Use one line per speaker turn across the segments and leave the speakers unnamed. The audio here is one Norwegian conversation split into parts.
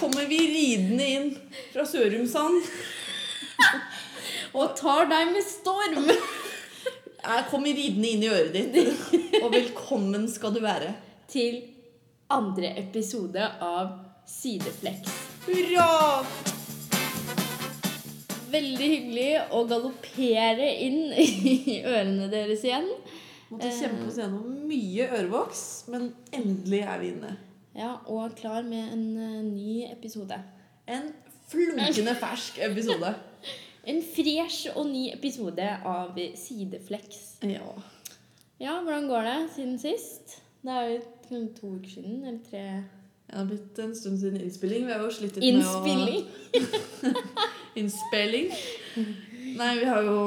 kommer vi ridende inn fra Sørumsand.
Og tar deg med storm!
Jeg kommer ridende inn i øret ditt. Og velkommen skal du være.
Til andre episode av Sideflex.
Hurra!
Veldig hyggelig å galoppere inn i ørene deres igjen.
Måtte kjempe oss gjennom mye ørevoks, men endelig er vi inne.
Ja, og klar med en eh, ny episode.
En flunkende fersk episode.
En fresh og ny episode av Sideflex.
Ja.
Ja, hvordan går det siden sist? Det er jo kun to uker siden, eller tre
Det har blitt en stund siden innspilling. Vi har jo slitt litt
Innspilling!
med å Innspilling. Nei, vi har jo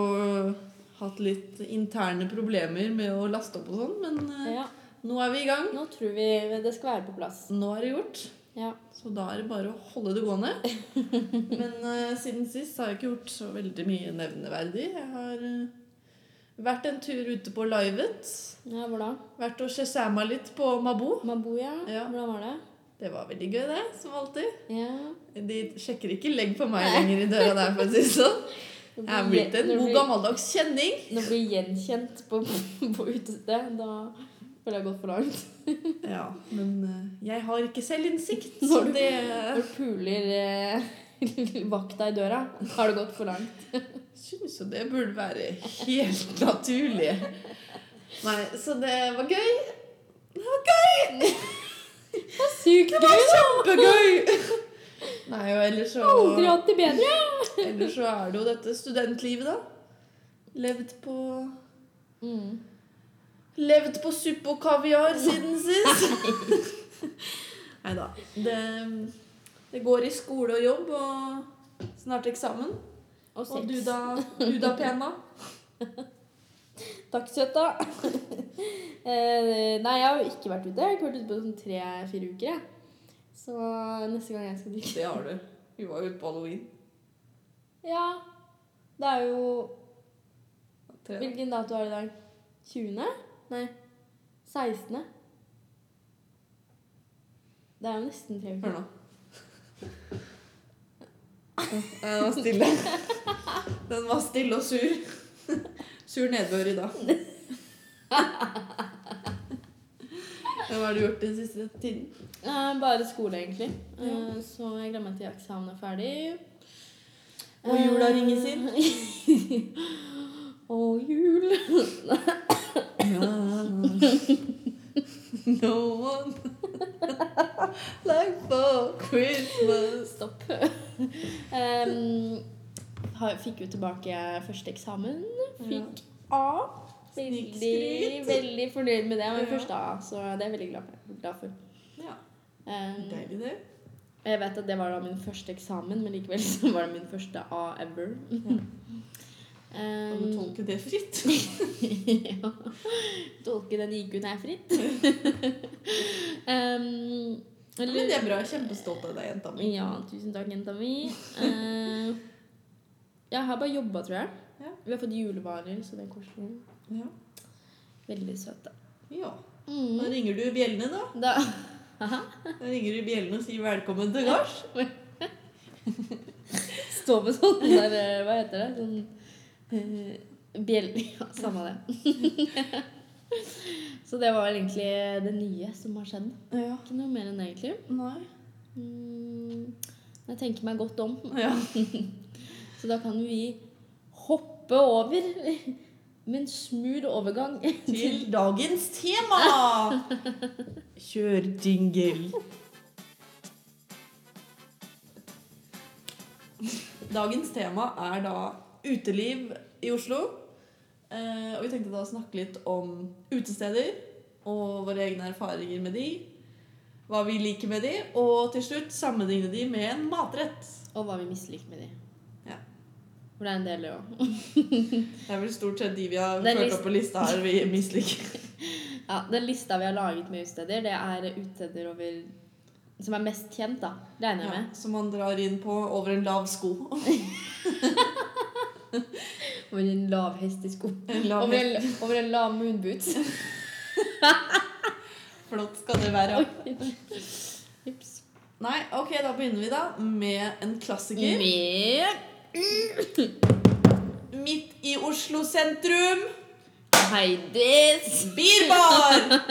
hatt litt interne problemer med å laste opp og sånn, men eh,
Ja,
nå er vi i gang.
nå tror vi det skal være på plass.
Nå er det gjort.
Ja.
Så da er det bare å holde det gående. Men eh, siden sist har jeg ikke gjort så veldig mye nevneverdig. Jeg har eh, vært en tur ute på livet.
ja, hvordan?
Vært og shazama litt på Mabo.
Mabuya,
Ja.
hvordan var det?
Det var veldig gøy, det. Som alltid.
Ja.
De sjekker ikke legg på meg lenger i døra der, for å si det sånn.
Når
Jeg er
du
blitt en
når du
god
blir-
gammeldags kjenning.
Når du blir gjenkjent på, på utested, da føler jeg gått for langt.
Ja, men eh, jeg har ikke selvinnsikt, så
Når du-
det
Når du puler eh, vakta i døra, har det gått for langt.
syns jo det burde være helt naturlig. Nei, så det var gøy. Det var gøy!
Sykt
Det var
gøy!
kjempegøy! Nei, og ellers så,
Aldri hatt det bedre!
ellers så er det jo dette studentlivet, da. Levd på
Mm.
Levd på suppe og kaviar siden sist. Nei da. Det, det går i skole og jobb og snart eksamen.
Og
Og du
sex.
da, du da, Pena?
Takk, søta. Eh, Nei, jeg har jo ikke vært ute. Jeg har ikke vært ute på sånn tre-fire uker. Jeg. Så neste gang jeg skal drikke
Det har du. Vi var jo ute på halloween.
Ja. Det er jo
Tre dager.
Hvilken dato er det i dag? 20.? Nei. 16. Det er jo nesten tre
Hør
uker.
nå. Den var stille. Den var stille og sur. Sur nedbør i dag. Men Hva har du gjort den siste tiden?
Eh, bare skole, egentlig. Eh,
Ja.
Så jeg gleder meg til eksamen er ferdig.
Og jula ringes inn.
inn. Og jul.
No one like for Christmas.
Stopp. Em, har- fikk jo tilbake første eksamen. Fikk A. Veldig,
Snikskryt.
veldig fornøyd med det. Det var
Ja.
første A, så det er jeg veldig glad for. Glad for.
Ja,
Em,
deilig det.
jeg vet at det var da min første eksamen, men likevel så var det min første A ever.
Kan du
Um,
tolke det fritt?
Eh, ja. Tolke den IQ-en er fritt. Em,
Men det er bra. Jeg er kjempestolt av deg, jenta mi.
Ja, tusen takk, jenta mi. Eh, jeg har bare jobba, tror jeg.
Ja.
Vi har fått julevarer, så det er koselig.
Ja.
Veldig søte.
ja. Da ringer du bjellene, da.
Da,
Da ringer du bjellene og sier 'velkommen til gards'.
stå på sånn der eh, Hva heter det? Sånn uh, bjell... Ja, samme det. så det var vel egentlig det nye som har skjedd.
Ja.
Ikke noe mer enn det, egentlig.
Nei.
Mm, jeg tenker meg godt om.
Ja.
Så da kan vi hoppe over med en smooth overgang til
Til dagens tema! Kjør jingle. Dagens tema er da uteliv i Oslo. Eh, og vi tenkte da å snakke litt om utesteder og våre egne erfaringer med de. Hva vi liker med de, og til slutt sammenligne de med en matrett.
Og hva vi misliker med de.
Ja.
For det er en del, det òg.
Det er vel stort sett de vi har
Det er
ført
list-
opp på lista her vi misliker.
Ja, den lista vi har laget med utesteder, det er utesteder over som er mest kjent, da. Regner jeg
Ja,
med.
som man drar inn på over en lav sko.
Over en lav hestesko.
En lav
over, en, over en lav moonboot.
Flott skal det være.
Oi. Ups.
Nei, ok, da begynner vi da med en klassiker.
Med Mm.
Midt i Oslo sentrum
Heidis.
Birbar!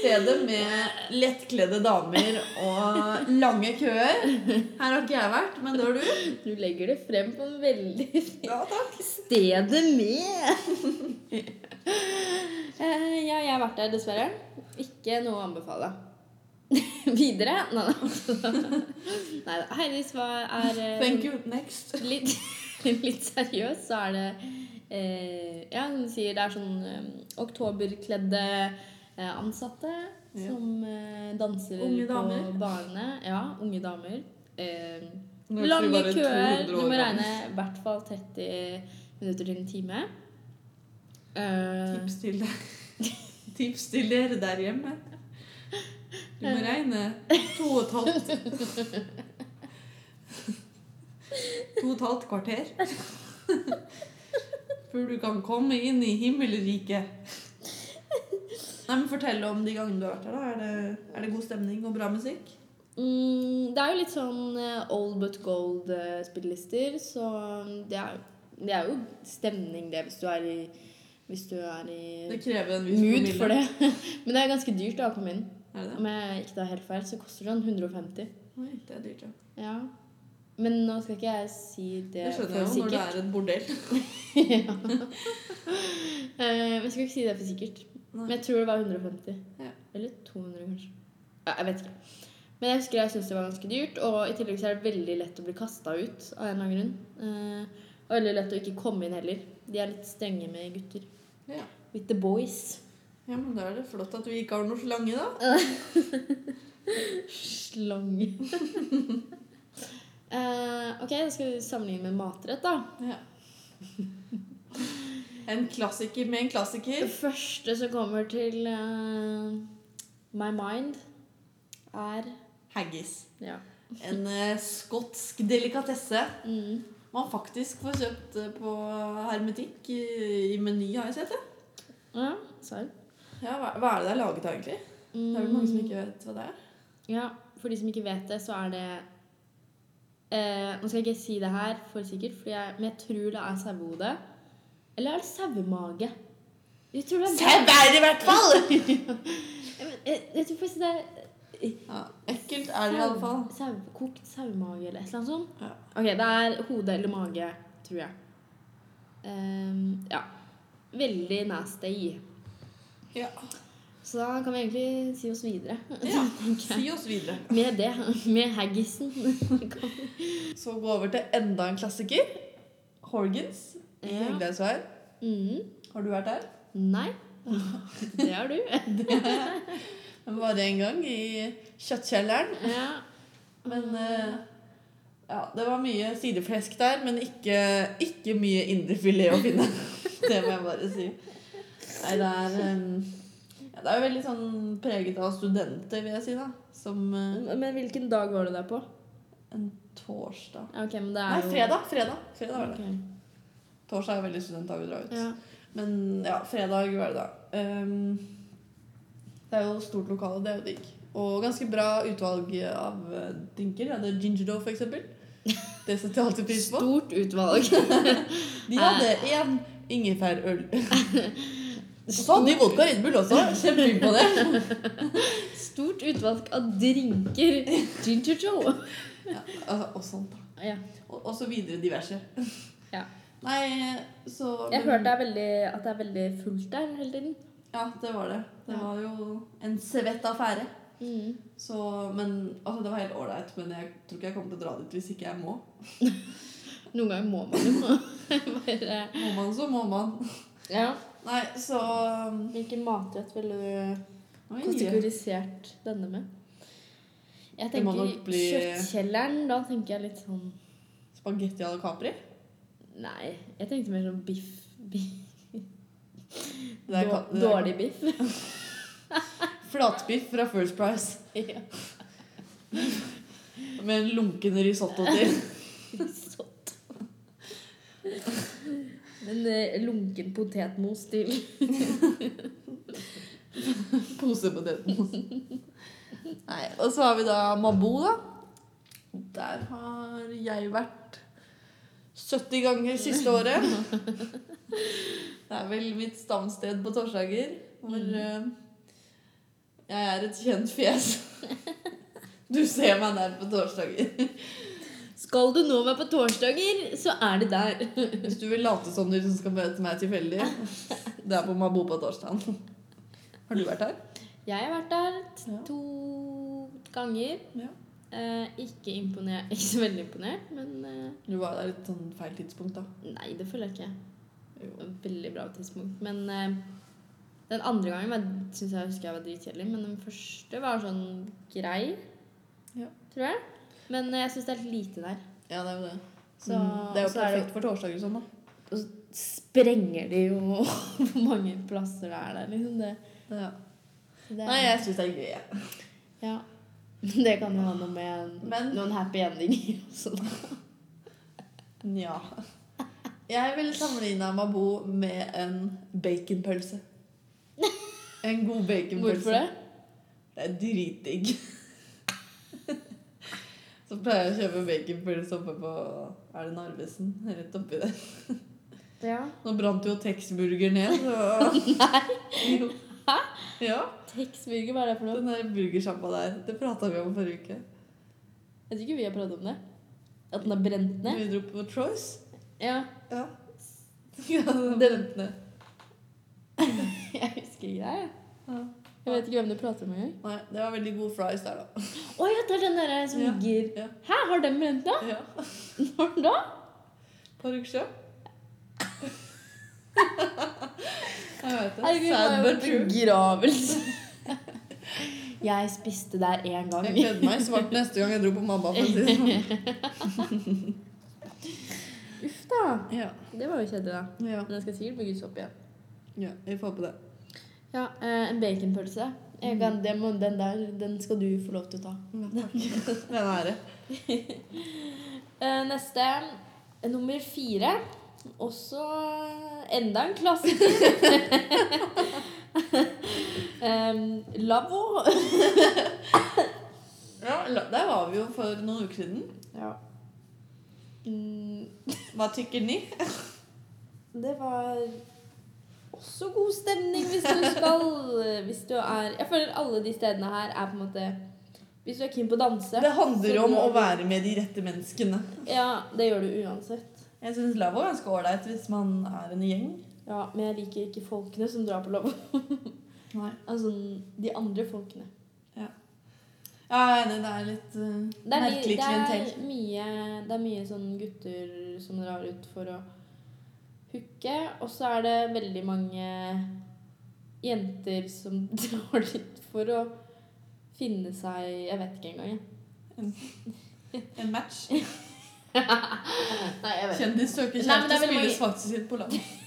Stedet med lettkledde damer og lange køer. Her har ikke jeg vært, men det har du.
Du legger det frem på en veldig
Ja, takk.
Stedet med. Eh, ja, jeg har vært der, dessverre. Ikke noe å anbefale. Videre? Nei da. Heidis var, er eh,
Thank you. Next.
Litt, litt seriøst så er det eh, Ja, som du sier, det er sånn eh, oktoberkledde eh, ansatte
Ja.
som eh, danser
Unge
på
damer.
barene. Ja, unge damer. Eh,
Nå er vi
Lange
bare 200
køer. Du
år
må
gammel.
regne i hvert fall 30 minutter til en time. Eh,
Tips til deg. Tips til dere der hjemme. Du må regne to og et halvt To og et halvt kvarter. Før du kan komme inn i himmelriket. Nei, men Fortell om de gangene du har vært her. da. Er det, er det god stemning og bra musikk?
mm, det er jo litt sånn eh, old but gold-spillelister, så det er, det er jo stemning, det, hvis du er i, hvis du er
Det
i
krever en viss
mood
promille.
for det. Men det er ganske dyrt da, å komme inn.
Er det?
Om jeg ikke tar helt feil, så koster det sånn 150.
Oi, det er dyrt, ja.
Ja. Men nå skal ikke jeg si det
Det skjønner jeg
for
jo når det
sikkert.
er et bordell.
ja. Eh, men jeg skal ikke si det for sikkert.
Nei.
Men jeg tror det var 150.
Ja.
Eller 200, kanskje. Ja, jeg vet ikke. Men jeg husker jeg syntes det var ganske dyrt, og i tillegg så er det veldig lett å bli kasta ut av en eller annen grunn. Eh, og veldig lett å ikke komme inn heller. De er litt strenge med gutter.
Ja.
With the boys.
Ja, men Da er det flott at vi ikke har noe slange, da.
Slange. eh, ok, da skal vi sammenligne med matrett, da.
Ja. En klassiker med en klassiker.
Det første som kommer til eh, my mind, er
Haggis.
Ja.
En eh, skotsk delikatesse
Mm.
man faktisk får kjøpt eh, på hermetikk i, i Meny, har jeg sett. det.
ja sant.
Ja, hva, hva er det det er laget av, egentlig? Det er vel mange som ikke vet hva det er.
Mm, Ja, for de som ikke vet det, så er det eh, Nå skal jeg ikke si det her for sikkert, fordi jeg, men jeg tror det er sauehode. Eller er det sauemage? Jeg tror det er
Sauer, Mm. i hvert fall!
Ja, men jeg, jeg tror faktisk det er
Ja, ekkelt er det i alle fall.
sau, sau, kokt sauemage eller et eller annet sånt.
Ja.
Ok, det er hode eller mage, tror jeg. Ehm, ja. Veldig nasty.
Ja.
Så da kan vi egentlig si oss videre.
ja.
tenker jeg.
Si oss videre.
Med det, med haggisen.
Så gå over til enda en klassiker. Horgans. I
Ja.
Hegdehaugsveien.
Mm.
Har du vært der?
Nei. Det har du.
Bare en gang i kjøttkjelleren.
Ja.
Men eh, ja, det var mye sideflesk der, men ikke, ikke mye indrefilet å finne. det må jeg bare si. Nei, det er eh, ja, Det er jo veldig sånn preget av studenter, vil jeg si, da. Som eh,
Men hvilken dag var du der på?
en torsdag
Ja, Ok, men det er
Nei,
jo
fredag! Fredag, fredag var det.
Ok.
Torsdag er veldig studentdag vi drar ut.
Ja.
Men ja, fredag var det da. Ehm, det er jo stort lokale, det er jo digg. Og ganske bra utvalg av eh, drinker. Jeg hadde ginger dough, for eksempel. Det setter jeg alltid pris på.
Stort utvalg.
De
Eh.
hadde én ingefærøl. Og så hadde de vodka Red Bull også. Kjempeimponert.
Stort utvalg av drinker. Ginger Joe.
Altså, og sånt, da.
Ja.
Og, og så videre diverse.
Ja.
Nei, så
Jeg hørte det er veldig, at det er veldig fullt der hele tiden.
Ja, det var det. Det
Ja.
var jo en svett affære.
Mm.
Så, men altså, det var helt ålreit, men jeg tror ikke jeg kommer til å dra dit hvis ikke jeg må.
Noen ganger må man jo bare
Må man, så må man.
ja.
Nei, så um,
Hvilken matrett ville du
Oi.
kategorisert denne med? Jeg
Det må
tenker
nok bli-
kjøttkjelleren. Da tenker jeg litt sånn
Spagetti à la Capri.
Nei, jeg tenkte mer sånn biff. biff.
Det er ka- det
Dår-
er-
Dårlig biff.
Flatbiff fra First Price
Ja.
med en lunken risotto til.
Sånt. Men eh, lunken potetmos til
Posepotetmos. Nei, og så har vi da Mabo, da. Der har jeg vært 70 ganger siste året. Det er vel mitt stamsted på torsdager, hvor eh, jeg er et kjent fjes. Du ser meg der på torsdager.
Skal du nå meg på torsdager, så er det der.
Hvis du vil late som du liksom skal møte meg tilfeldig, det er på Mabo på torsdagen. Har du vært her?
Jeg har vært der t-
Ja.
to ganger.
Ja.
Eh, ikke imponert, ikke så veldig imponert, men eh,
Du var der litt sånn feil tidspunkt, da.
nei, det føler jeg ikke. Det
Jo.
var et Veldig bra tidspunkt. Men eh, den andre gangen var- synes jeg husker jeg var dritkjedelig, men den første var sånn grei,
Ja.
tror jeg. Men eh, jeg syns det er litt lite der.
Ja, det er jo det.
Så,
Mm, det er jo
så er det-
perfekt for torsdager og sånn, da.
sprenger de jo hvor mange plasser det er der, liksom. Det,
Ja.
det
Nei, jeg syns det er gøy. jeg.
ja. Det kan jo ha noe med
Men-
noen happy endinger også. da.
Sånn. Nja. Jeg ville sammenligna Mabo med en baconpølse. En god baconpølse.
Hvorfor det?
Det er dritdigg. Så pleier jeg å kjøpe baconpølse oppe på Er det Narvesen? Rett oppi der.
Ja.
Nå brant jo Texburger ned, så Nei! Hæ? Ja,
Texburger, hva er det for noe?
den der burgersjappa der. Det prata vi om forrige uke.
Jeg tror ikke vi har pratet om det. At den er brent ned?
Vi dro på Troyes.
Ja.
Ja. ja den brant ned.
Jeg husker ikke det. jeg.
Ja.
Jeg vet ikke hvem du prater om engang.
Nei, det var veldig god fries der, da.
Å ja, det er den der som
Ja.
ligger
Ja.
Hæ, har den brent da?
Ja.
Når da?
Parksjø? jeg vet det.
Herregud,
Sad
det var jo
but true.
begravelse. Jeg spiste der én gang.
Jeg kledde meg i svart neste gang jeg dro på mamma. For å si det sånn.
Uff da.
ja.
Det var jo kjedelig, da.
Ja.
Men den skal sikkert bygges opp igjen.
ja, vi får på det.
Ja, eh, En baconpølse. Jeg kan, det må, den der den skal du få lov til å ta.
Den er det.
Eh, neste. eh, Nummer fire. Også eh, enda en klassiker. um, lavvo.
Ja, la- der var vi jo for noen uker siden.
Ja. Mm,
Hva tykker ni?
det var også god stemning hvis du skal eh, Hvis du er Jeg føler alle de stedene her er på en måte Hvis du er keen på å danse
Det handler
så
om å
drar du-
være med de rette menneskene.
Ja, det gjør du uansett.
Jeg syns Lavo er ganske ålreit hvis man er en gjeng.
Ja, Men jeg liker ikke folkene som drar på lavvo.
Nei.
Altså de andre folkene.
Ja, jeg er enig. Det er litt eh,
Det er, my-
merkelig
det,
klientell.
er mye, det er mye sånn gutter som drar ut for å hooke, og så er det veldig mange jenter som drar dit for å finne seg Jeg vet ikke engang, jeg.
En match.
Nei, jeg vet.
Kjendis søker
Nei, men det
kjæreste
er veldig
spilles
mange-
faktisk inn på Lavo.
ikke.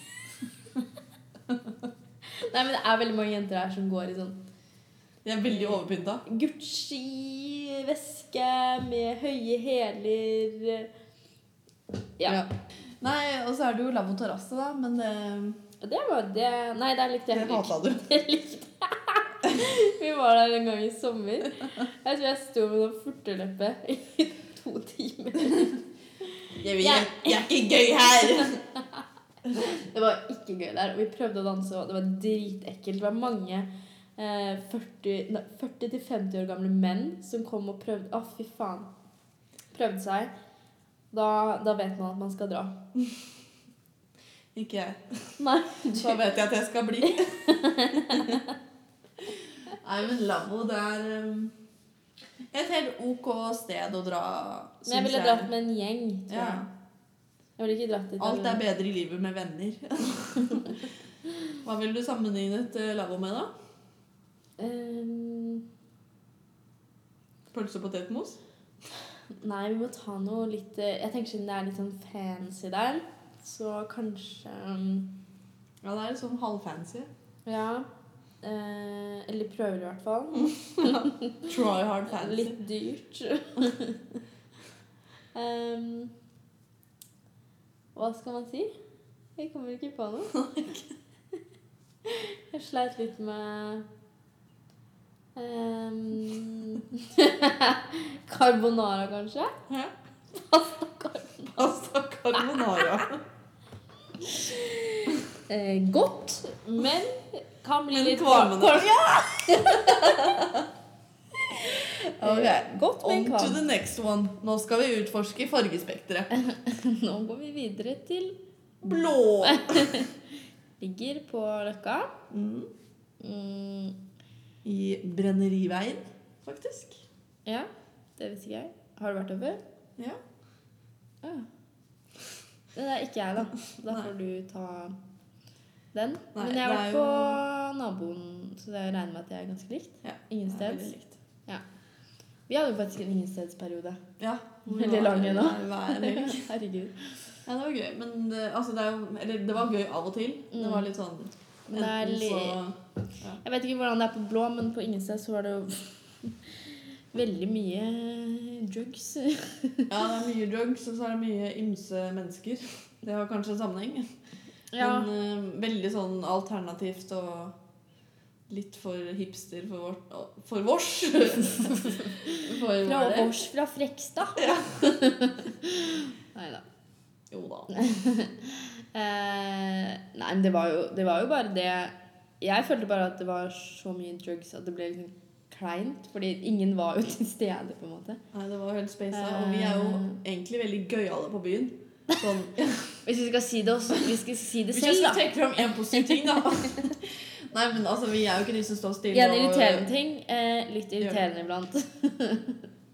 Nei, men det er veldig mange jenter her som går i sånn
De er veldig overpynta.
Gucci-veske med høye hæler Ja.
Ja. Nei, og så er det jo lavvo terrasse, da, men det,
Og det var det Nei, det likte
det
jeg heller ikke.
hata du.
Jeg likte Vi var der en gang i sommer. Jeg tror jeg sto med noen furteleppe i to timer.
Jeg,
Ja.
er ikke gøy her!
Det var ikke gøy der. og Vi prøvde å danse, og det var dritekkelt. Det var mange eh, 40 nei, 40-50 år gamle menn som kom og prøvde Å, fy faen. Prøvde seg. Da, da vet man at man skal dra.
Ikke jeg.
Nei,
Så
du
vet jeg at jeg skal bli. Nei, men lavvo, det er um, et helt ok sted å dra.
Men jeg ville
syns
dratt med en gjeng. Tror
ja.
jeg. jeg ville ikke dratt dit
Alt er
alene.
bedre i livet med venner. Hva ville du sammenlignet eh, lavvo med, da?
Eh,
Pølse og potetmos?
Nei, vi må ta noe litt eh, Jeg tenker siden det er litt sånn fancy der, så kanskje um,
Ja, det er sånn halvfancy.
Ja. Eh, eller prøver i hvert fall.
Try hard fancy.
Litt dyrt. um, hva skal man si? Jeg kommer ikke på noe. Jeg sleit litt med um, Carbonara, kanskje?
Hæ?
Pasta carbonara.
Pasta carbonara.
Eh, godt, men kan bli
Men
litt
kvalmende.
kval-
Ok.
Godt, men
On to
kvalm.
the next one. Nå skal vi utforske fargespekteret.
Nå går vi videre til
Blå.
Ligger på Løkka.
Mm.
Mm,
I Brenneriveien, faktisk.
ja, det visste ikke jeg. Har du vært der før?
Ja.
Ja. Det er ikke jeg, da. Da
Nei.
får du ta
Nei,
den. Men jeg har
det
vært
er jo-
på naboen, så det regner med at det er ganske likt.
Ja, Det
Ingen
er
steds.
veldig likt.
Vi hadde jo faktisk en ingenstedsperiode.
Ja.
Veldig lang ennå.
Hver helg.
Herregud.
Ja, det var gøy. Men det, altså, det er jo Eller det var gøy av og til. Det var litt sånn
Mm. Men det er
enten
li...
så-
Jeg vet ikke hvordan det er på blå, men på Ingested så var det jo veldig mye eh, drugs.
Ja, det er mye drugs, og så er det mye ymse mennesker. Det har kanskje en sammenheng. Men eh, veldig sånn alternativt og litt for hipster for vårt For vårs! for
Fra
våre.
Ås, fra Frekstad. Nei da.
Jo da.
Eh, nei, men det var, jo, det var jo bare det Jeg følte bare at det var så mye drugs at det ble liksom kleint. Fordi ingen var jo til stede, på en måte.
Nei, det var jo helt spasa. Og vi er jo
Eh.
egentlig veldig gøyale på byen. Sånn, ja,
Hvis vi skal si det også, vi skal si det
hvis jeg
selv,
skal
da.
trekke fram én positiv ting, da. Nei, men altså, vi er jo ikke de som står
I
stille
en irriterende ting. Eh, litt irriterende iblant.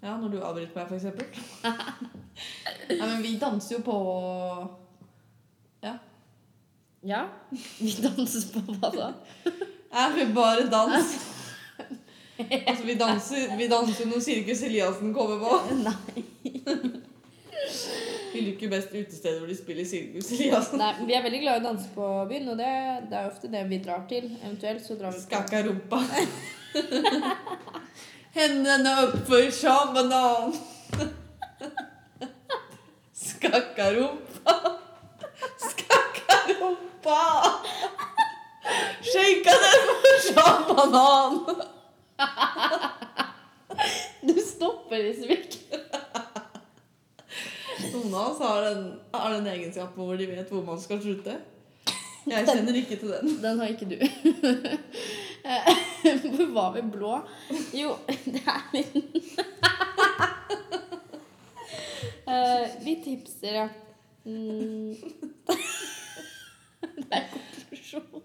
Ja, når du avbryter meg, for eksempel. Nei, men vi danser jo på
Ja. Vi danses på hva da?
Ja, vi bare dans. Altså, vi danser, vi danser når Sirkus Eliassen kommer på.
Nei,
Vi liker best utesteder hvor de spiller Sirkus Eliassen.
nei, vi er veldig glad i å danse på byen, og det, det er ofte det vi drar til. Eventuelt så drar vi på
Skakka rumpa. Hendene oppfor som banan. Skakka rumpa. Skakka rumpa. Shaka den for som banan.
Du stopper liksom ikke.
Noen av oss har den, har den egenskapen hvor de vet hvor man skal slutte. Jeg kjenner ikke til den.
Den har ikke du. Eh, Hvor var vi blå? Jo, det er litt Eh, Vi tipser, ja. Mm. Det er konklusjon.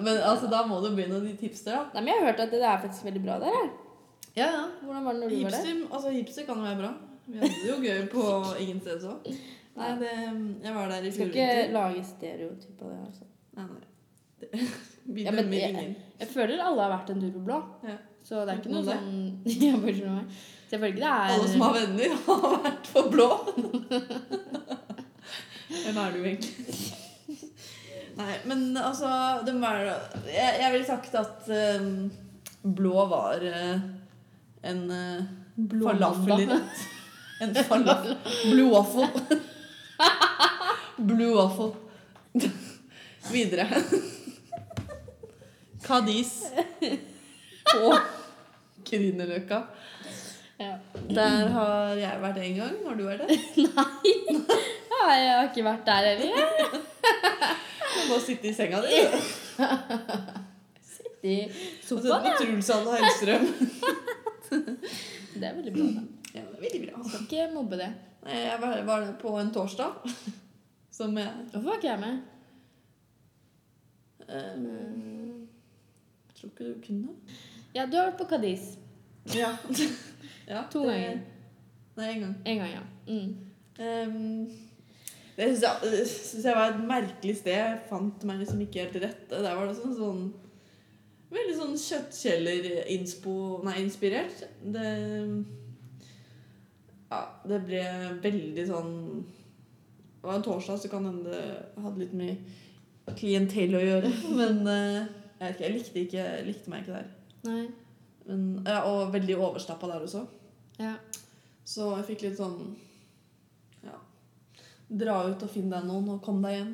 Men altså, da må du begynne med de tipster, da.
Nei, men jeg har hørt at det er faktisk veldig bra der. jeg.
Ja, ja.
Hvordan var det når du var der?
Hipster, altså, hipster kan jo være bra. Vi hadde det jo gøy på ingen steder òg. Nei, det, jeg var der i
Vi skal
fjor
ikke
vinter.
lage stereotyp av det. altså.
Nei, nei. Det- Vi
Ja, men
dømmer
jeg-
ingen.
Jeg føler alle har vært en tur på blå.
Ja.
Så det er ikke noe
Bortsett
sånn Ja, bortsett fra meg. Så jeg føler ikke det er
Alle som har venner, har vært på blå. Hvem er du egentlig? Nei, men altså det må være- Jeg, jeg ville sagt at eh, blå var eh, en eh, falafel i rett. En falafel. Blue waffle. Blue waffle. Videre. Kadis. Og Grünerløkka.
Ja.
Der har jeg vært en gang. Har du vært det?
Ja, jeg har ikke vært der heller. jeg.
Bare sitte i senga di. du.
I
Og sette
sofaen,
på Truls Anne Hellstrøm.
ja. Det er veldig bra. da.
Ja, det er veldig bra.
Skal ikke mobbe det.
Nei, Jeg var var der på en torsdag. Som jeg
Hvorfor var ikke jeg med?
eh, Tror ikke du kunne.
Ja, du har vært på Cadiz.
Ja. ja
To
det-
ganger.
Nei, én gang.
En gang, ja. Mm.
Ehm, det syns jeg, det synes jeg var et merkelig sted. Jeg fant meg liksom ikke helt rett. Der var det også en sånn Veldig sånn kjøttkjeller-inspirert. Det Ja, det ble veldig sånn Det var en torsdag, så kan hende det hadde litt med klientell å gjøre. Men eh, jeg vet ikke, jeg likte, ikke, jeg likte meg ikke der.
Nei.
Men, ja, og veldig overstappa der også.
Ja.
Så jeg fikk litt sånn Ja. Dra ut og finn deg noen, og kom deg hjem.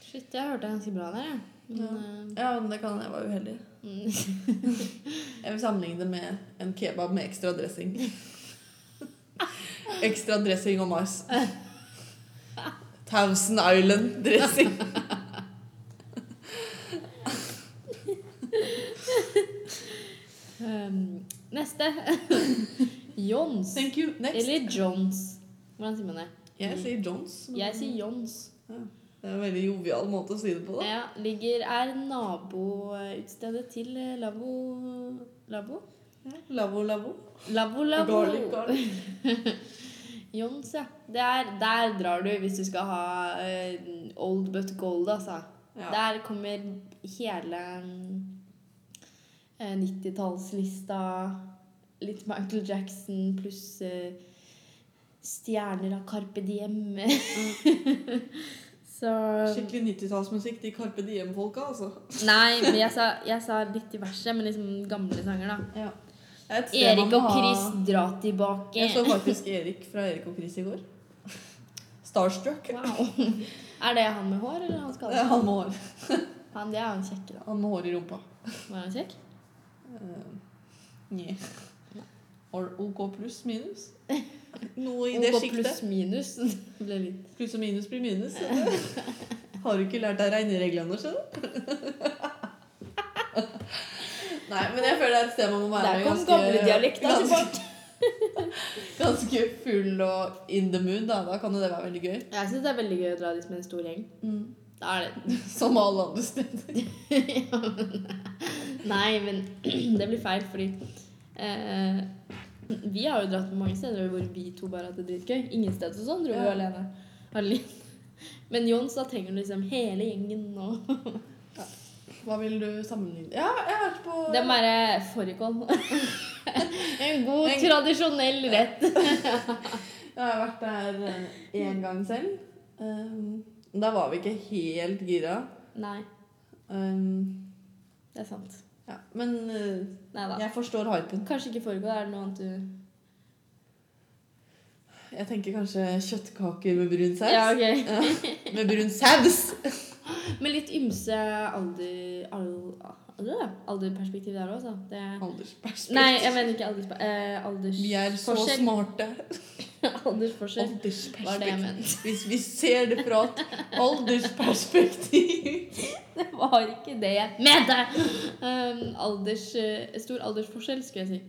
Shit, jeg hørte det ganske bra der, jeg. Men,
Ja, men det kan hende jeg var uheldig.
eh, mm.
Jeg vil sammenligne det med en kebab med ekstra dressing. ekstra dressing og mais. Thousand Island-dressing.
Ehm, neste. Jons.
Thank you. Next.
Eller Johns. Hvordan sier man det?
Jeg sier Johns. men-
Jeg sier Johns.
Det er en veldig jovial måte å si det på. da.
Ja, ligger, er naboutstedet til eh, Labo Labo?
Lavvo, lavvo.
Labo Labo.
Garlic, garlic.
Jons, ja. Det er, der drar du hvis du skal ha eh, old but gold, altså.
Ja.
Der kommer hele mm, eh, 90-tallslista. Litt Michael Jackson pluss eh, stjerner av Carpe Diem. Så
Skikkelig 90-tallsmusikk. De Carpe Diem-folka, altså.
Nei, men jeg sa, jeg sa litt diverse, men liksom gamle sanger, da.
Ja. Det er et sted man
Erik
må
og
ha-
Chris dra tilbake.
Jeg så faktisk Erik fra Erik og Chris i går. Starstruck.
Wow. Er det han med hår, eller han skal
Det er han med hår.
Han, det er han kjekke, da.
Han med hår i rumpa.
Var han kjekk?
Eh, Nje. Or OK pluss minus? Noe i det
OK pluss
sjiktet.
minus. Det ble litt
Pluss og minus blir minus. Har du ikke lært deg regnereglene, skjønner du? Nei, men jeg føler det er et sted man må være
Der kom gamledialekta
ganske,
tilbake.
ganske full og in the mood. Da. da kan jo det være veldig gøy.
Jeg syns det er veldig gøy å dra dit med en stor gjeng. Da er det
Som alle andre steder.
Ja, men- Nei, men det blir feil, fordi eh, Vi har jo dratt på mange steder hvor vi to bare har hatt det dritgøy. Ingen steder og sånn dro vi jo
Ja.
alene. alene. Men Jons, da trenger du liksom hele gjengen nå.
Hva vil du sammenligne Ja, jeg har vært på
Det er bare fårikål. En god,
En-
tradisjonell rett.
Jeg har vært der én gang selv. Um, da var vi ikke helt gira.
Nei,
Um,
det er sant.
ja. Men uh,
Nei da.
jeg forstår hypen.
Kanskje ikke fårikål. Er det noe annet du
Jeg tenker kanskje kjøttkaker med brun saus.
Ja, ok.
Med brun saus!
Med litt ymse alder, alder, alderperspektiv der òg, altså. Det-
Aldersperspektiv.
Nei, jeg mener ikke alders, eh,
Vi er så
aldersforskjell.
smarte.
aldersforskjell. Var det jeg
Aldersperspektiv.
mente.
Hvis vi ser det fra et aldersperspektiv
Det var ikke det jeg mente! Um, alders, eh, stor aldersforskjell, skulle jeg si.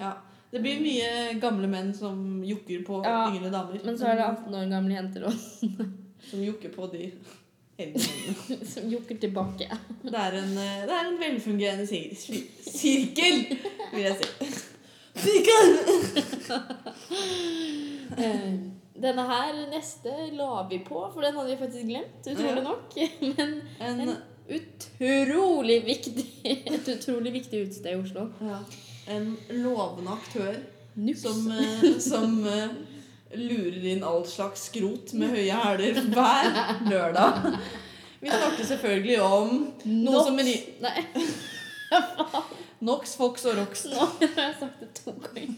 Ja. Det blir mye gamle menn som jokker på
Ja,
yngre damer.
Men så er det 18 år gamle jenter også,
Som jokker på de eldre mennene.
som jokker tilbake.
Det er en, eh, det er en velfungerende sir- sir- sirkel, vil jeg si. Sirkel!
Eh, denne her, neste, la vi på, for den hadde vi faktisk glemt,
Ja.
utrolig nok. Men
En,
utrolig viktig, et utrolig viktig utested i Oslo.
ja, en lovende aktør
Nups.
som, eh, som eh, lurer inn all slags skrot med høye hæler hver lørdag. Vi snakker selvfølgelig om noe som
Nox.
ri-
Nei,
Nox, Fox og Rox
nå har jeg sagt det to ganger.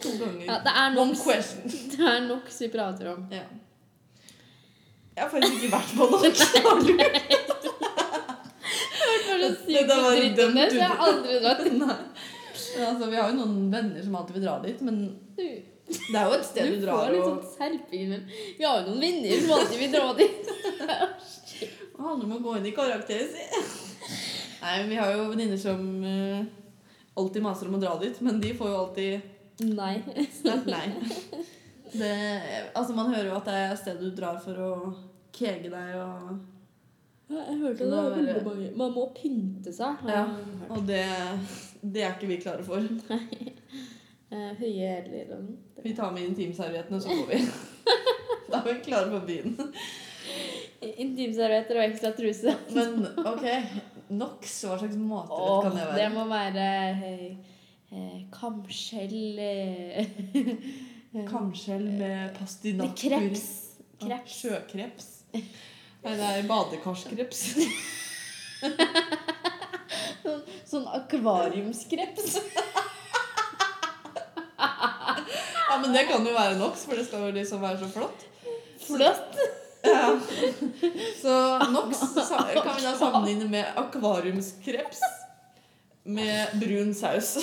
to
Ja,
ganger.
det er
One
Nox.
question.
Det er Nox vi prater om.
Ja. Jeg har faktisk ikke vært på Nox. Har du?
For så
Det
sykt
der var
dritt om det,
dømt
så jeg har aldri dratt
Nei. Men Altså, vi har jo noen venner som alltid vil dra dit, men
Du,
det er jo et sted du, liksom-
du
drar
får litt
og
sånn serping, men vi har jo noen venner som alltid vil dra dit.
Det handler om å gå inn i karakter, si. Nei, men vi har jo venninner som eh, alltid maser om å dra dit, men de får jo alltid
Nei.
sterkt nei. Det, altså, man hører jo at det er stedet du drar for å kege deg, og,
Jeg hørte
det var veldig
mange Man må pynte seg.
Ja. og det, det er ikke vi klare for.
Eh, Høye hæler og sånn.
Vi tar med intimserviettene, så går vi. Da er vi klare for byen.
Intimservietter og ekstra truse.
Men ok, NOx, hva slags matrett
Åh,
kan det
det
være?
må være eh, eh, kamskjell eh,
Kamskjell med pastinakk.
Kreps.
Ja,
Kreps.
Sjøkreps. Nei, det er badekarskreps.
Sånn akvariumskreps.
Ja, men det kan jo være NOx, for det skal jo liksom være så flott.
Flott!
Ja, ja. Så NOx sa- kan vi da sammenligne med akvariumskreps med brun saus.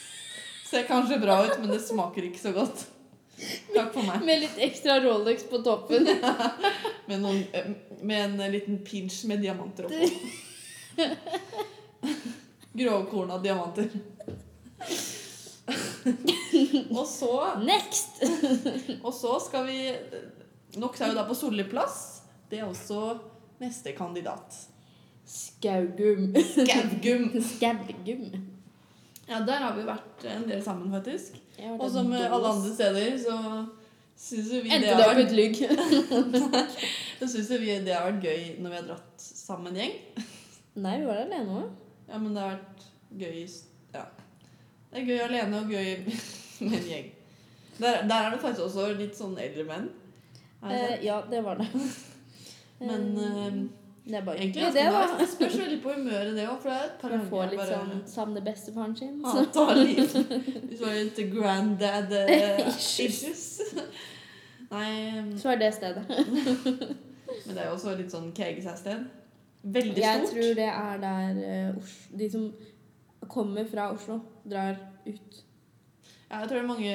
Ser kanskje bra ut, men det smaker ikke så godt. Takk for meg.
Med litt ekstra Rolex på toppen.
Med, noen, eh, med en liten pinch med diamanter oppå. Grovkorna diamanter. Og så
Next!
Og så skal vi Nox er jo da på Solli plass. Det er også neste kandidat.
Skaugum.
Gaugum.
Skaugum.
Ja, der har vi vært eh, en del sammen, faktisk. Og som alle andre steder, så syns jo vi det
Endte
har
det opp
vært
et lugg.
så synes jo vi det har vært gøy når vi har dratt sammen gjeng.
Nei, vi var alene òg.
Ja, men det har vært gøy s- Ja. Det er gøy alene og gøy med en gjeng. Der, der er det faktisk også litt sånn eldre menn. har jeg sett.
Eh, ja, det var det.
Men eh,
det er bare
egentlig ganske
egentlig det,
nice.
da.
Det spørs veldig på humøret, det òg. For det er et par
Man får
ganger jeg
litt
bare-
sånn savner bestefaren sin. Så.
Han tar liv. Hvis man er litt granddad eh, issues. Nei,
så er det stedet.
men det er jo også litt sånn kegesæsted. Veldig
Jeg
stort.
tror det er der eh, Os- de som kommer fra Oslo, drar ut.
Ja, jeg tror det er mange,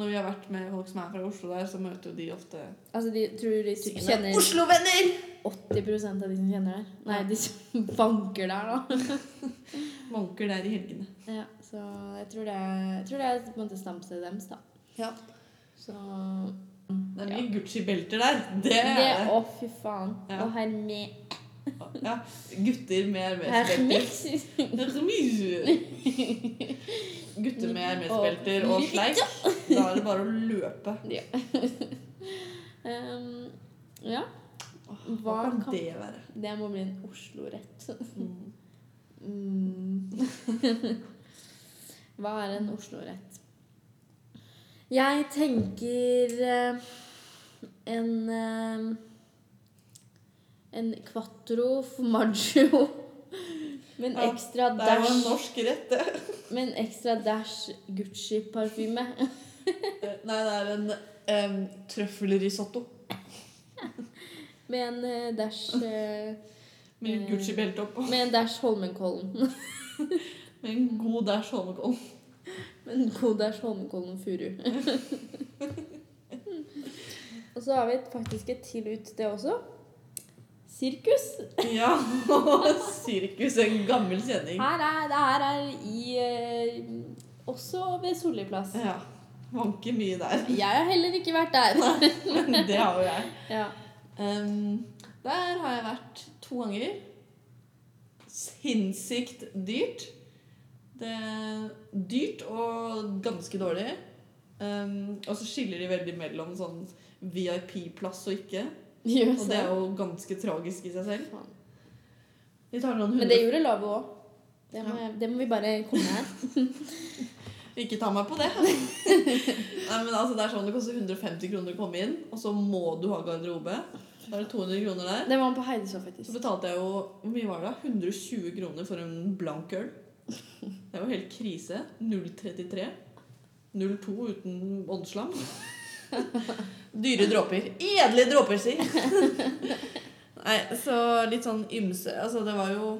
Når vi har vært med folk som er fra Oslo der, så møter jo de ofte
Altså, de tror de typ
sine
kjenner
Oslo-venner!
80 av de som kjenner der. Nei, de som banker der, da.
Vanker der i helgene.
Ja, så jeg tror det er, jeg tror det er på en måte stamstedet deres, da.
Ja.
Så
Det er
ja.
mye Gucci-belter der. Det er
Det,
det.
Å, fy faen.
Ja.
Og Hermé.
Ja, gutter med Hermes-belter.
Hermes?
Hermes. Gutter med Hermes-belter og sleik. Da er det bare å løpe.
Ja. um, ja.
Åh, Hva
Hva
kan
kan-
det være?
Det må bli en Oslo-rett.
Mm.
Mm. Hva er en Oslo-rett? Jeg tenker eh, en eh, En quattro formaggio med en
Ja,
ekstra
Det er jo en
dash,
norsk rett, det.
med en ekstra dash Gucci-parfyme.
Nei, det er en um, trøffelrisotto
Med en eh, dash eh,
med
Mm.
Gucci-belte oppå.
Med en dash Holmenkollen.
Med en god dash Holmenkollen.
Med en god dash Holmenkollen furu. Og så har vi et- faktisk et til ut, det også. Sirkus.
Ja, og sirkus. En gammel sending.
Her er, det her er i eh, Også ved Solli plass.
Ja. Vanker mye der.
Jeg har heller ikke vært der.
Men det har jo jeg.
Ja.
Em, Ehm, der har jeg vært to ganger. Sinnssykt dyrt. Det er dyrt og ganske dårlig. Em, og så skiller de veldig mellom sånn VIP-plass og ikke. Og det er jo ganske tragisk i seg selv.
Faen.
Vi tar noen
Men det
hundre.
gjorde Lavo òg. Det, må jeg- det må vi bare komme her.
Ikke ta meg på det. Nei, men altså, det er sånn det koster 150 kroner å komme inn, og så må du ha garderobe. Da er det 200 kroner der.
Det var på Heideså,
Så
faktisk.
betalte jeg jo Hvor mye var det? da? 120 kroner for en blank øl. Det er jo helt krise. 0,33. 0,2 uten åndsslam. Dyre dråper. Edle dråper, si! Nei, så litt sånn ymse Altså, det var jo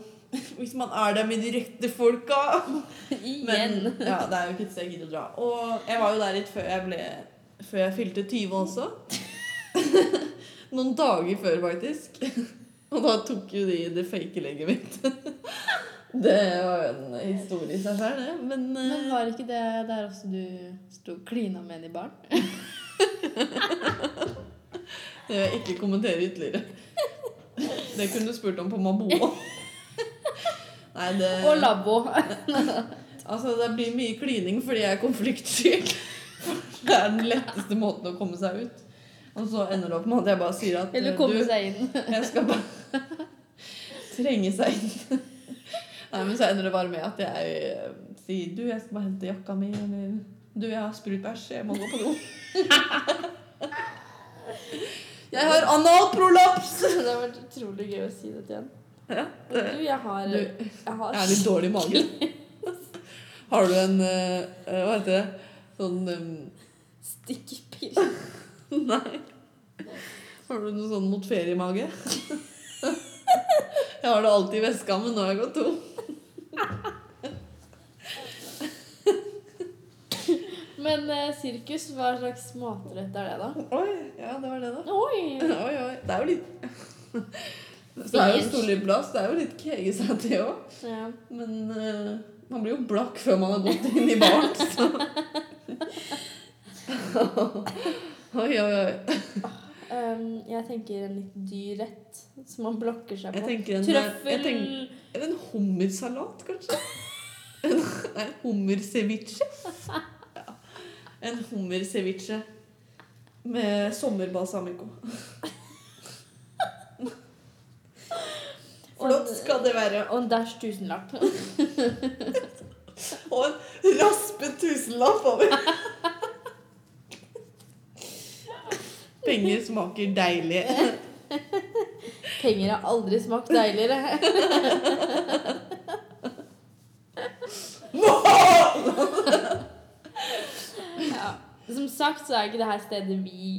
Hvis man er der med de rette folka men
Igjen.
ja, det er jo ikke et sted jeg gidder å dra. Og jeg var jo der litt før jeg, ble, før jeg fylte 20 også. Noen dager før, faktisk. Og da tok jo de det fake legget mitt. Det var jo en historie i seg sjøl, det. Men, eh,
Men var ikke det der også du sto og klina med en i baren?
det vil jeg ikke kommentere ytterligere. Det kunne du spurt om på Maboa. Nei, det
Og lavvo.
Altså, det blir mye klining fordi jeg er konfliktsky. Det er den letteste måten å komme seg ut. Og så ender det opp med at jeg bare sier at
Eller
eh,
komme
du,
seg inn.
jeg skal bare trenge seg inn. Nei, men så ender det bare med at jeg eh, sier du, jeg skal bare hente jakka mi, eller du, jeg har sprutbæsj, jeg må gå på do. Jeg har analprolaps!
Det hadde vært utrolig gøy å si det til en. Du, jeg har,
Du,
jeg har
Jeg er litt dårlig i magen. Har du en eh, eh, Hva heter um, det? Sånn eh,
stikkpille.
Nei. Har du noe sånn mot feriemage? jeg har det alltid i veska, men nå har jeg gått tom.
Men eh, sirkus, hva slags matrett er det, da?
Oi, ja, det var det, da.
Oi!
Oi, oi. Det er jo litt Det er jo soliblass. Det er jo litt kege seg til òg.
Ja.
Men eh, man blir jo blakk før man har gått inn i baren, så Oi, oi, oi.
Ehm, jeg tenker en litt dyr rett som man blokker seg
Jeg
på.
tenker en jeg
Trøffel
tenker, Er det en hummersalat, kanskje? En, nei, hummerceviche. Ja. En hummerceviche med sommerbalsamico. Flott skal det være.
Og en dash tusenlapp.
Og en raspet tusenlapp over. Penger smaker deilig.
Penger har aldri smakt deiligere. ja. Som sagt så er ikke det her stedet vi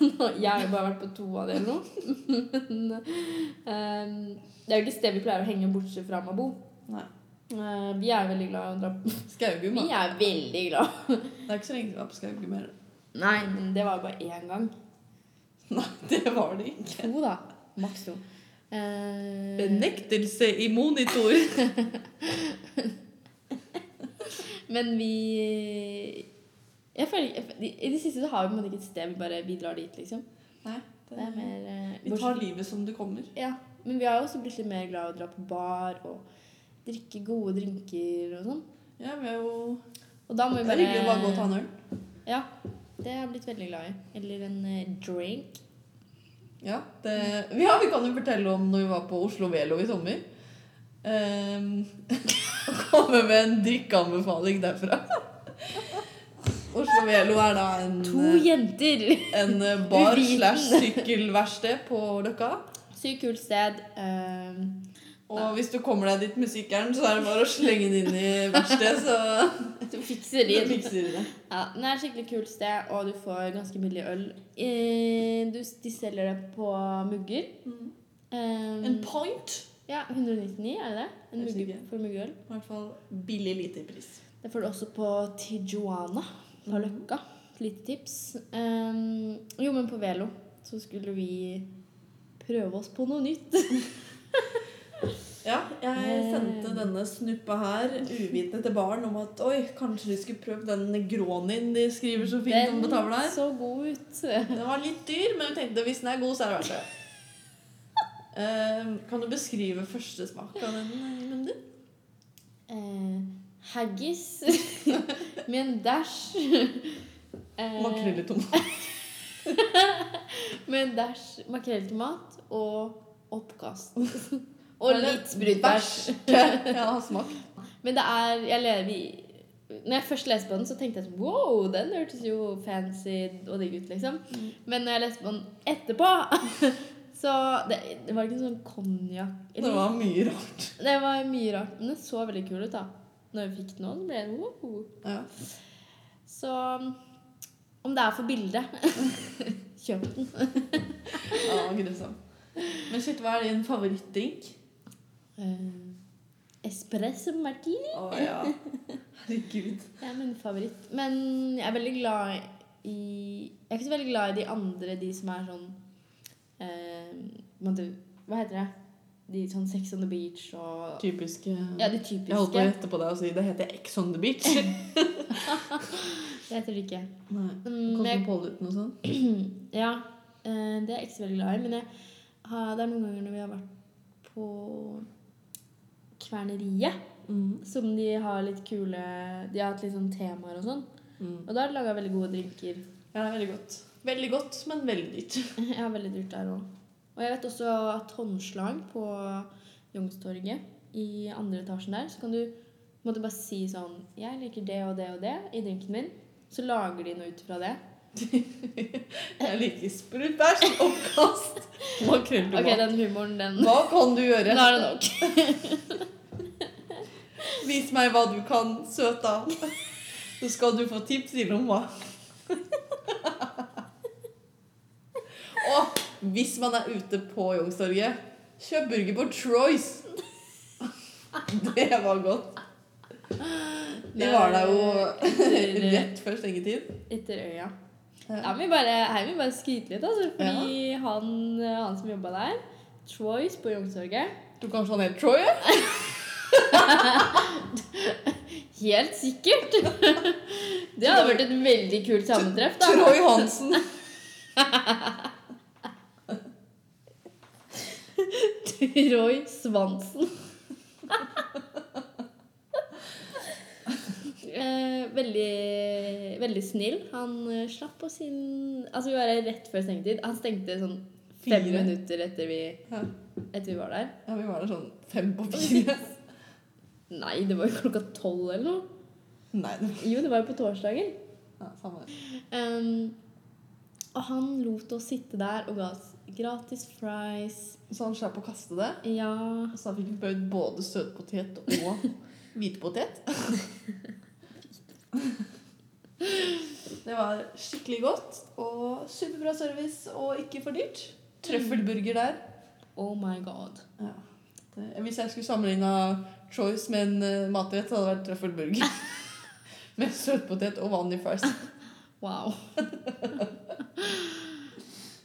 Nå, Jeg har jo bare vært på to av det eller noe. Men ehm, det er jo ikke et sted vi pleier å henge bortsett fra Mabo.
Nei.
Eh, vi er veldig glad i å dra på
Skaugum,
Vi
da.
er veldig glad.
Det er ikke så lenge siden vi var på Skaugum heller.
Nei, men det var jo bare én gang.
Nei, det var det ikke.
To, da. Maks to. Eh,
Benektelse i monitor.
Men vi jeg føler, ikke- I det siste så har vi på en måte ikke et sted vi bare vi drar dit, liksom.
Nei,
Det er mer eh,
Vi tar livet som det kommer.
Ja, Men vi har jo også blitt litt mer glad i å dra på bar og drikke gode drinker og sånn.
Ja, vi er jo
Og da må
Det
vi
er
bare
hyggelig å bare gå og ta en øl.
Ja. Det har jeg blitt veldig glad i. Eller en eh, drink.
Ja, det, ja, vi kan jo fortelle om når vi var på Oslo Velo i sommer. Um, komme med en drikkeanbefaling derfra. Oslo Velo er da en,
To jenter!
en bar
Uviten.
slash sykkelverksted på Løkka.
Sykt kult sted. eh,
Og hvis du kommer deg dit med sykkelen, så er det bare å slenge den inn i verkstedet, så
du fikser
så
inn.
fikser de det.
Ja, men det er et skikkelig kult sted, og du får ganske billig øl. Eh, du, de selger det på mugger. Eh,
Mm. En pint.
ja, 199, er det det? En
Jeg er
mugge,
sikker.
for muggeøl.
I hvert fall billig literpris.
Det får du også på Tijuana
Mm.
på Løkka. Lite tips. Eh, jo, men på Velo så skulle vi prøve oss på noe nytt.
Ja, jeg
Eh.
sendte denne snuppa her uvitende til baren om at oi, kanskje de skulle prøvd den Negronien de skriver så fint om på tavla her.
så god ut.
Den var litt dyr, men vi tenkte hvis den er god, så er det verdt det. Eh, kan du beskrive første smak av den eh, Mundi?
Eh, haggis med en dash. Eh,
Makrell i tomat.
Med dash makrelltomat og oppkast.
Er
og
det
litt sprutbæsj.
Jeg har smakt.
Men det er jeg lever, i- Når jeg først leste på den, så tenkte jeg sånn Wow, den hørtes jo fancy og digg ut, liksom.
Mm.
Men når jeg leste på den etterpå, så det, det var ikke sånn konjakk
Det var mye rart.
det var mye rart. Men den så veldig kul ut, da. Når vi fikk den òg, ble det wow.
Ja.
Så om det er for bildet Kjøp den.
ja, grusom. Men shit, hva er din favorittdrink?
Eh, espresso martini.
Å ja. Herregud.
Det er min favoritt. Men jeg er veldig glad i Jeg er ikke så veldig glad i de andre, de som er sånn eh, på en måte, Hva heter det? De sånn Sex on the Beach og
Typisk. eh,
Ja, de
Jeg holdt på
typiske.
å gjette på deg og si det heter Ex on the beach.
Det heter de ikke.
Nei.
Mm, men jeg,
Cosmopolitan og sånn.
ja, eh, det er jeg ikke så veldig glad i. Men jeg, har- det er noen ganger når vi har vært på Kverneriet,
Mm.
som de har litt kule De har hatt litt sånn temaer og sånn.
mm.
Og da har de laga veldig gode drinker.
Ja, det er veldig godt. Veldig godt, men veldig dyrt.
Jeg har veldig dyrt der òg. Og jeg vet også at håndslag på Youngstorget i andre etasjen der, så kan du på en måte bare si sånn Jeg liker det og det og det i drinken min. Så lager de noe ut fra det.
Jeg liker sprutbæsj, oppkast, makrell i
Ok,
mat.
den humoren, den
Hva kan du
Nå
gjøre?
er det nok.
Vis meg hva du kan, søta. Så skal du få tips i lomma. Å, Hvis man er ute på Youngstorget, kjøp burger på Troys! Det var godt. Vi var der jo
Etter-
rett før stengetid.
Etter øya.
Ja.
Ja, men vi bare, her vil vi bare skryte litt, altså. Fordi han, han som jobba der, Troys på Youngstorget
Du kanskje han het Troy? ja?
Helt sikkert! Det hadde vært et veldig kult sammentreff, da.
Troy Hansen.
Roy Svansen. Eh, veldig, veldig snill. Han eh, slapp på sin Altså, vi var her rett før stengetid. Han stengte sånn fem
Fire.
minutter etter vi,
Ja.
etter vi var der.
Ja, vi var der sånn fem på fire.
Nei, det var jo klokka tolv eller noe.
Nei, det var
Jo, det var jo på torsdagen.
ja, samme det.
Ehm, og han lot oss sitte der og ga oss gratis fries.
Så han slapp å kaste det.
Ja
Så han fikk prøvd både søtpotet og hvitpotet. Det var skikkelig godt og superbra service og ikke for dyrt. Trøffelburger der.
Oh my god.
Ja. Det- Hvis jeg skulle sammenligna Choice med en eh, matrett, så hadde det vært trøffelburger. med søtpotet og vanlig fries.
Wow.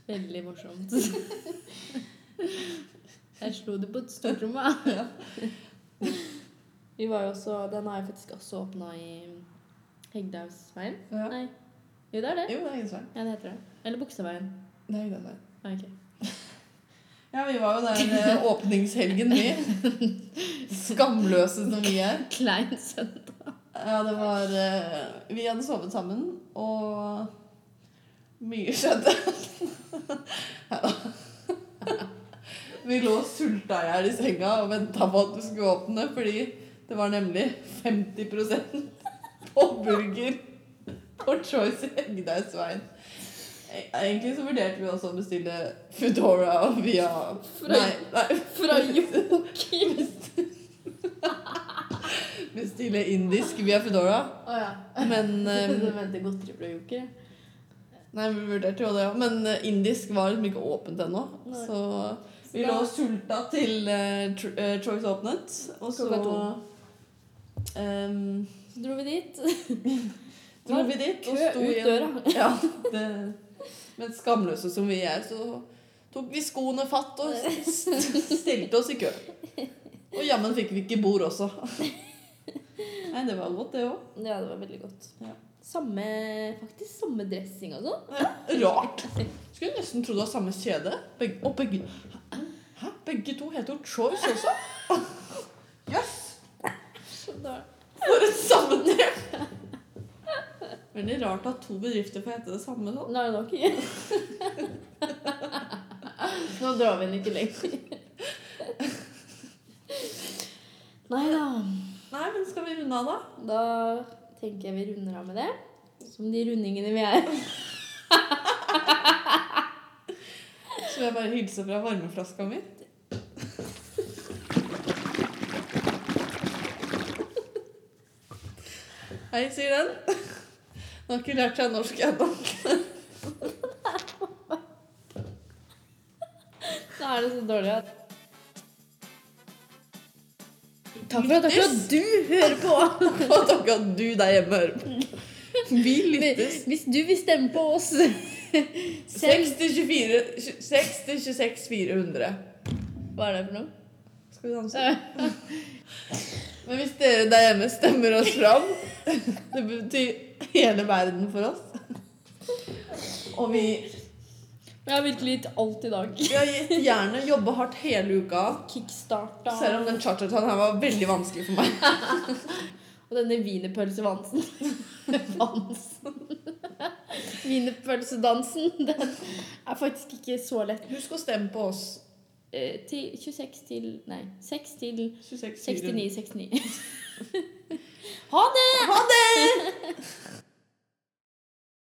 Veldig morsomt. Jeg slo det på stortromma. Vi var jo også Den har jeg faktisk også åpna i Hegdehaugsveien.
Ja.
Nei. Jo, det er det.
Jo, det er ingen
Ja, det heter det. Eller Bukseveien.
Det er jo den der.
Ah, ok.
Ja, vi var jo der eh, åpningshelgen, vi. Skamløse som vi er.
Klein søndag.
Ja, det var eh, Vi hadde sovet sammen, og mye skjedde. Neida. vi lå og sulta i hjel i senga og venta på at du skulle åpne, fordi det var nemlig 50 på burger på Choice i Hegdehaugsveien. E- Egentlig så vurderte vi også å bestille Foodora via Nei, nei
Fra Jokim.
bestille indisk via Foodora.
Å ja.
Men eh,
Du venter godteri fra Joker? ja.
Nei, vi vurderte jo det òg, men eh, indisk var liksom ikke åpent ennå.
Nei.
Så vi lå og sulta til eh, tr eh, Choice åpnet, og så
Klokka
ehm,
Så dro vi dit.
dro vi dit
Kø ut
i en-
døra.
Ja, det, men skamløse som vi er, så tok vi skoene fatt og s- s- stilte oss i kø. Og jammen fikk vi ikke bord også. Nei, det var godt, det òg.
Ja, det var veldig godt.
Ja.
Samme, faktisk samme dressing og sånn.
Rart. Skulle nesten tro det var samme kjede. Begge, og begge, hæ? begge to heter jo Choice også. Jøss!
Så da-
For en sammenheng! Veldig rart at to bedrifter får hete det samme sånn.
Nei, nok. Nå drar vi den ikke lenger. Nei da.
Nei, men skal vi runde av, da?
Da tenker jeg vi runder av med det. Som de rundingene vi er.
Så vil jeg bare hilse fra varmeflaska mi. Hei, sier den. Den har ikke lært seg norsk ennå.
Da er det så dårlig at Takk for at akkurat du hører på!
Og takk at du der hjemme hører på. Vi lyttes.
Hvis du vil stemme på oss selv
6 til 24 tj- 6 til 26 400.
Hva er det for noe?
Skal vi danse? Men hvis dere der hjemme stemmer oss fram Det betyr hele verden for oss. Og vi
Jeg har virkelig gitt alt i dag.
vi har gitt gjerne jobba hardt hele uka.
Kickstarta.
Selv om den chartertalen her var veldig vanskelig for meg.
Og denne wienerpølsevansen. Vansen. Wienerpølsedansen. Den er faktisk ikke så lett.
Husk å stemme på oss.
Eh, Til 26 til Nei, 6 til
26 400.
69. 69. Ha det!
Ha det!